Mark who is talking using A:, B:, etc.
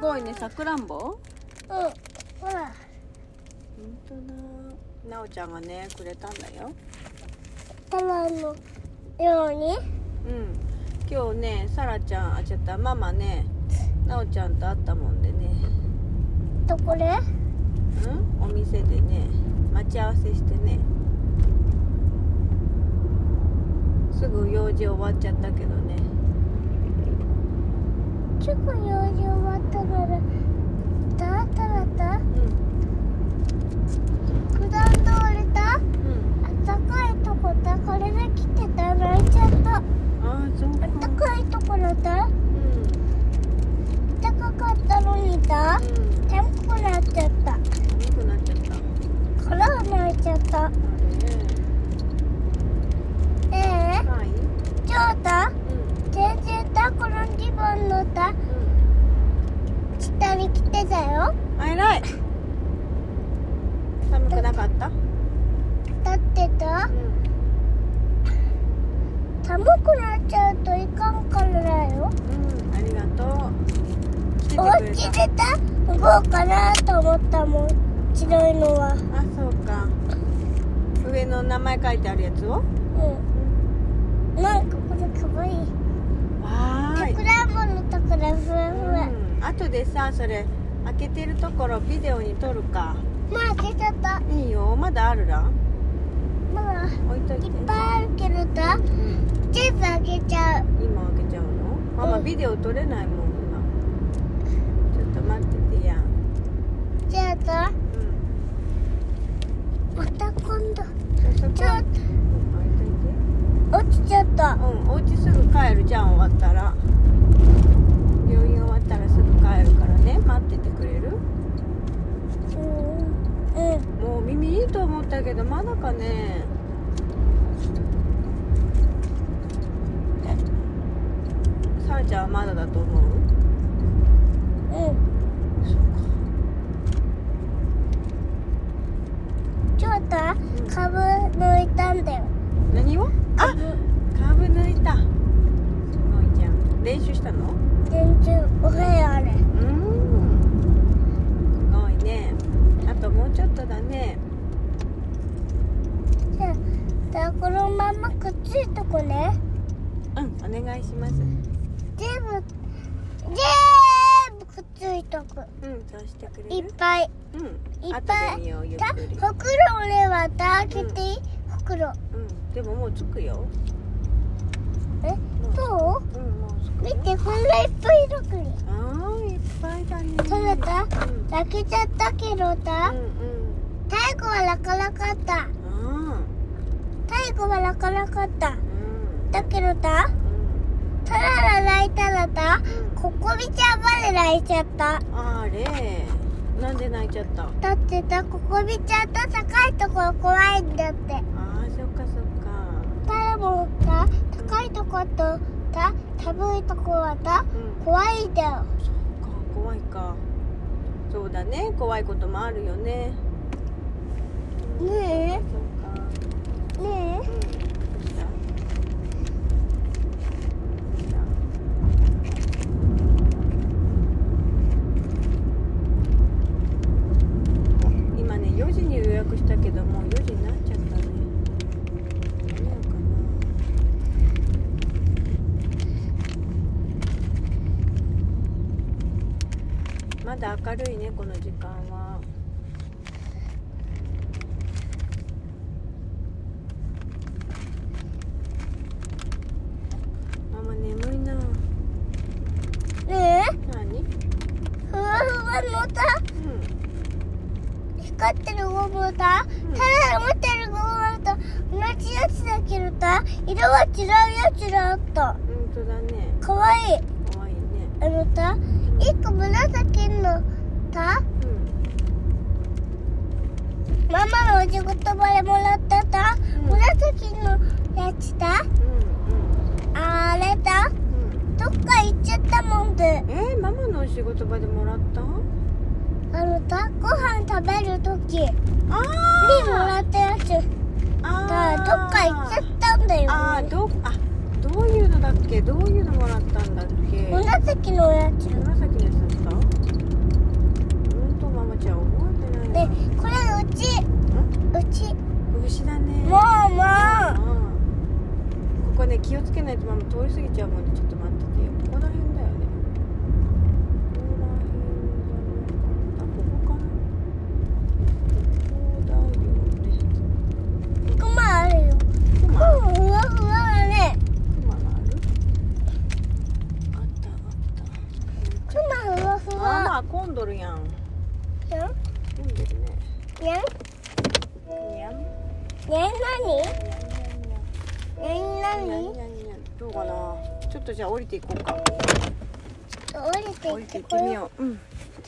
A: ごいねさくらんぼ
B: うんほら
A: 本当だなおちゃんがねくれたんだよ
B: タワーのように
A: うん今日ねさらちゃんあちゃったママねなおちゃんと会ったもんでね
B: とこれ
A: うんお店でね待ち合わせしてねすぐ用事終わっちゃったけどね
B: ちょっと用事終わったからだったらだ
A: うん
B: 普段通れた
A: うん
B: あったかいとこだこれで来てた泣いちゃったあ
A: ああそうか
B: ったかいところだ
A: うん
B: 暖かかったのにだ
A: うん
B: 寒くなっちゃった
A: 寒くなっちゃったあ
B: から泣いちゃった
A: れね
B: ええ
A: はい
B: 今日だ
A: うん
B: 全然だこのリボンのだ
A: う
B: 下に来てたよ
A: んあ 偉い寒くなかった
B: だってだ
A: うん
B: 寒くなっちゃうといかんからだよ
A: うんありがとう来てて
B: お
A: くれ
B: 家
A: た
B: でだ動こうかなと思ったもん白いのは
A: あそうか上の名前書いてあるやつを
B: うんなんかこれかわいい
A: わ
B: さ
A: ーい
B: くらんぼのところふわふわ
A: うん、後でさそれ開けてるところビデオに撮るか
B: まあ開けちゃった
A: いいよまだあるら
B: まあ
A: 置いとい
B: い
A: て
B: っぱいあるけどだ
A: うん
B: 全部開けちゃう
A: 今開けちゃうのママ
B: うん
A: ビデオ撮れないもん今ちょっと待っててやん
B: じゃあだ
A: うん
B: また今度
A: そこ
B: ちょっ
A: うん置いと
B: と
A: いて
B: 落ちちゃった
A: うんお家すぐ帰るじゃん終わったら病院終わったらすぐ帰るからね待っててくれる
B: うんうん
A: もう耳いいと思ったけどまだかねさあちゃんはまだだと思う
B: うん
A: そう
B: ちょっと
A: ん
B: かぶ抜いたんだよ
A: か何をあ
B: 株
A: カーブ抜いたすごいじゃん練習したの
B: 全然お部屋あれ
A: うんすごいねあともうちょっとだね
B: じゃあだこのままくっついとこね
A: うんお願いします
B: 全部全部くっついとく
A: うんそうしてくれ
B: いっ
A: る
B: ぱい
A: うん
B: いっぱい
A: 後で見ようゆっ
B: だ
A: くり
B: 袋俺はだ開けていい袋
A: うんでももう着くよ
B: えどう
A: うんもう着く
B: 見
A: よ
B: てこんないっぱいいるくり
A: あーいっぱいだね
B: 取れた
A: うん
B: 開けちゃったけどだ
A: うん
B: 太鼓は楽々かった
A: うんあ
B: 太鼓は楽々かった
A: ーうん
B: だけどだ
A: うん
B: ただら泣いたらだここみちゃんまで泣いちゃった
A: あれなんで泣いちゃった
B: だってだここみちゃんと高いとこは怖いんだって
A: あーそっかそっか
B: ただもうだ高いとことだ寒いとこはだ
A: うん
B: 怖いんだよ
A: そっか怖いかそうだね怖いこともあるよね
B: ね
A: そっか
B: えね
A: うんどうしたどうした
B: え
A: 今ね4時に予約したけどもう4時になっちゃったね間に合うかなまだ明るいねこの時間はママ眠いな
B: ねえ
A: 何うん
B: ふわふわのだ光ってるゴムだただ持ってるゴムと同じやつだけどだ色は違うやつだった
A: 本当だね
B: かわいい
A: 可愛いね
B: あのた一個紫のた
A: うん
B: ママのお仕事場でもらったた
A: うん
B: 紫のやつだ
A: うん
B: あれだ
A: うんうん
B: どっか行っちゃったもんで
A: えー、ママのお仕事場でもらった
B: あのたご飯食べるときにも
A: あ
B: らったやつだ
A: あ
B: どっか行っちゃったんだよ、ね、
A: あーどあどういうのだっけどういうのもらったんだっけ
B: 紫のやつ
A: 紫のやつだったこね気をつけないとママ通り過ぎちゃうもんでちょっと待っててよここら辺だよねここら辺じゃないあここかなここだよね
B: クマあるよ。
A: ク
B: クマ
A: マ
B: ふわふわだね。
A: クマがあるあったあっ
B: ク
A: た
B: マふわふ
A: あま
B: わ。
A: あ混んどるやん
B: にゃん
A: 混んでるね
B: にゃん
A: にゃん
B: にゃん何
A: に
B: にゃん
A: ゃんにゃんにゃんにゃ
B: 何
A: んにゃんにゃんどうかなちょっとじゃあ降りていこうか
B: 降りて
A: 降
B: い
A: り
B: って
A: てい
B: こ
A: ってみ
B: れ
A: よううん